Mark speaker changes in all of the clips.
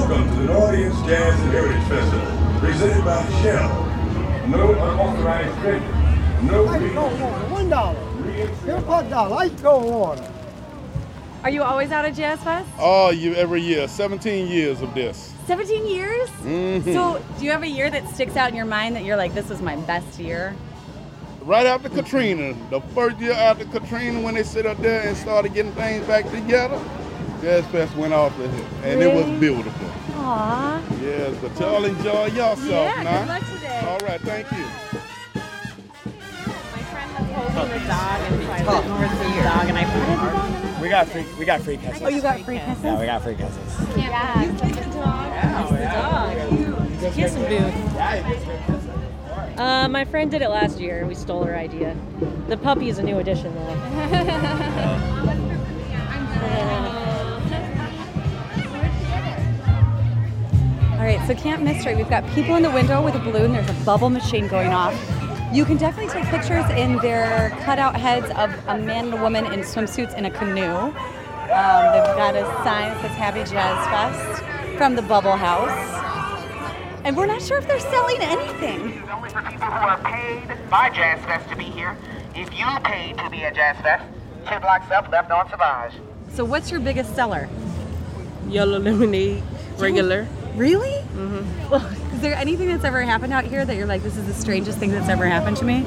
Speaker 1: Audience Jazz and Heritage Festival, presented by Shell. No unauthorized vendors, no
Speaker 2: I
Speaker 1: fee.
Speaker 2: go on, one dollar.
Speaker 1: Re-entry
Speaker 2: Give a dollar. I go on.
Speaker 3: Are you always out at Jazz Fest?
Speaker 4: Oh, you every year, 17 years of this.
Speaker 3: 17 years?
Speaker 4: Mhm.
Speaker 3: So, do you have a year that sticks out in your mind that you're like, this was my best year?
Speaker 4: Right after Katrina, the first year after Katrina, when they sit up there and started getting things back together, Jazz Fest went off the hill, and it was
Speaker 3: Really?
Speaker 4: beautiful.
Speaker 3: Aww.
Speaker 4: Yes, but y'all enjoy yourself
Speaker 3: yeah,
Speaker 4: now.
Speaker 3: good luck today.
Speaker 4: All right, thank you.
Speaker 3: My friend was holding the dog and so I went over to the dog and I put the dog in
Speaker 5: We got free. We got free cousins.
Speaker 3: Oh, you got free kisses?
Speaker 5: Yeah, we got free cousins.
Speaker 3: Yeah. You picked the dog. the dog. Kissing booth.
Speaker 6: Uh, my friend did it last year. We stole her idea. The puppy is a new addition, though.
Speaker 3: All right, so Camp Mystery, we've got people in the window with a balloon. There's a bubble machine going off. You can definitely take pictures in their cutout heads of a man and a woman in swimsuits in a canoe. Um, they've got a sign that says Happy Jazz Fest from the Bubble House. And we're not sure if they're selling anything.
Speaker 7: It's only for people who are paid by Jazz Fest to be here. If you paid to be at Jazz Fest, 10 blocks up, left on Savage.
Speaker 3: So, what's your biggest seller?
Speaker 8: Yellow lemonade, regular.
Speaker 3: Really? Mm-hmm. Well, is there anything that's ever happened out here that you're like, this is the strangest thing that's ever happened to me?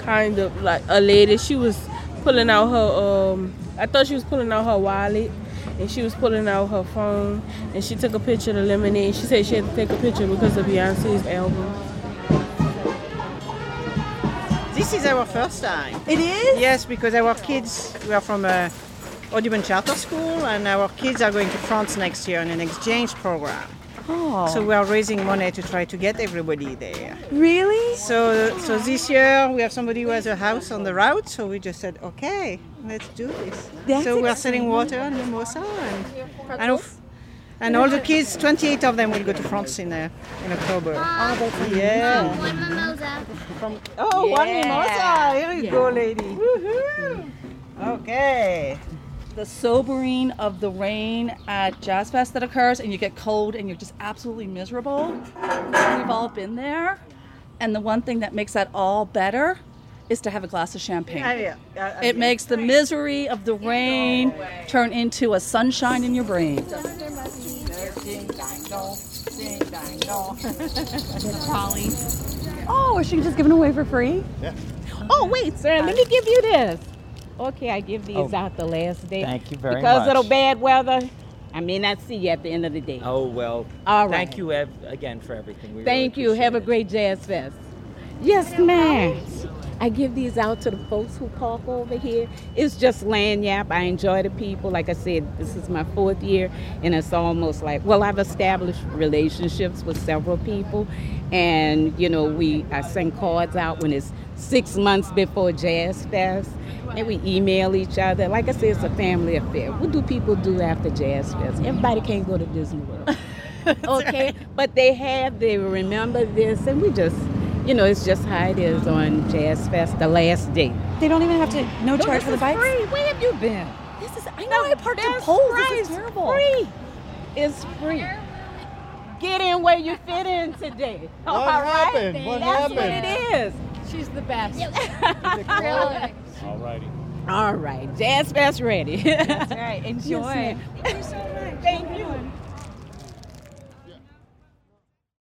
Speaker 8: Kind of like a lady. She was pulling out her. Um, I thought she was pulling out her wallet, and she was pulling out her phone, and she took a picture of the lemonade. She said she had to take a picture because of Beyonce's album.
Speaker 9: This is our first time.
Speaker 3: It is?
Speaker 9: Yes, because our kids we are from a Audubon Charter School, and our kids are going to France next year on an exchange program.
Speaker 3: Oh.
Speaker 9: So we are raising money to try to get everybody there.
Speaker 3: Really?
Speaker 9: So, so this year we have somebody who has a house on the route, so we just said, okay, let's do this.
Speaker 3: That's
Speaker 9: so we are selling water and mimosa, and and, of- and all the kids, 28 of them will go to France in uh, in October. Oh, that's yeah.
Speaker 10: One mimosa.
Speaker 9: Oh, one
Speaker 3: Yeah.
Speaker 9: mimosa. Here you go, lady. Woohoo. Okay.
Speaker 3: The sobering of the rain at Jazz Fest that occurs, and you get cold and you're just absolutely miserable. We've all been there. And the one thing that makes that all better is to have a glass of champagne.
Speaker 9: Ah, yeah. Ah, ah,
Speaker 3: It
Speaker 9: yeah.
Speaker 3: makes the misery of the rain turn into a sunshine in your brain. Oh, is she just giving away for free?
Speaker 8: Oh wait, Oh, sir, let me give you this. Okay, I give these out the last day.
Speaker 5: Thank you very
Speaker 8: because
Speaker 5: much.
Speaker 8: of the bad weather, I may not see you at the end of the day.
Speaker 5: Oh well.
Speaker 8: All
Speaker 5: Thank
Speaker 8: right.
Speaker 5: you ev- again for everything. We
Speaker 8: Thank
Speaker 5: really
Speaker 8: you. Have a
Speaker 5: appreciate
Speaker 8: great jazz fest. Yes, ma'am. I give these out to the folks who park over here. It's just lanyap. I enjoy the people. Like I said, this is my fourth year, and it's almost like well, I've established relationships with several people, and you know, we I send cards out when it's six months before Jazz Fest, and we email each other. Like I said, it's a family affair. What do people do after Jazz Fest? Everybody can't go to Disney World okay but they have they remember this and we just you know it's just how it is on jazz fest the last day
Speaker 3: They don't even have to, no charge for the bikes?
Speaker 8: where have you been
Speaker 3: This is, I know I parked in
Speaker 8: That's
Speaker 3: poles.
Speaker 8: right,
Speaker 3: This
Speaker 8: it's
Speaker 3: is terrible.
Speaker 8: free it's free get in where you fit in today all right
Speaker 4: happened? What
Speaker 8: that's what
Speaker 4: happened?
Speaker 8: it is
Speaker 10: She's the best.
Speaker 4: All righty.
Speaker 8: all right jazz fest ready
Speaker 3: All right,
Speaker 8: Yes, ma'am.
Speaker 3: enjoy.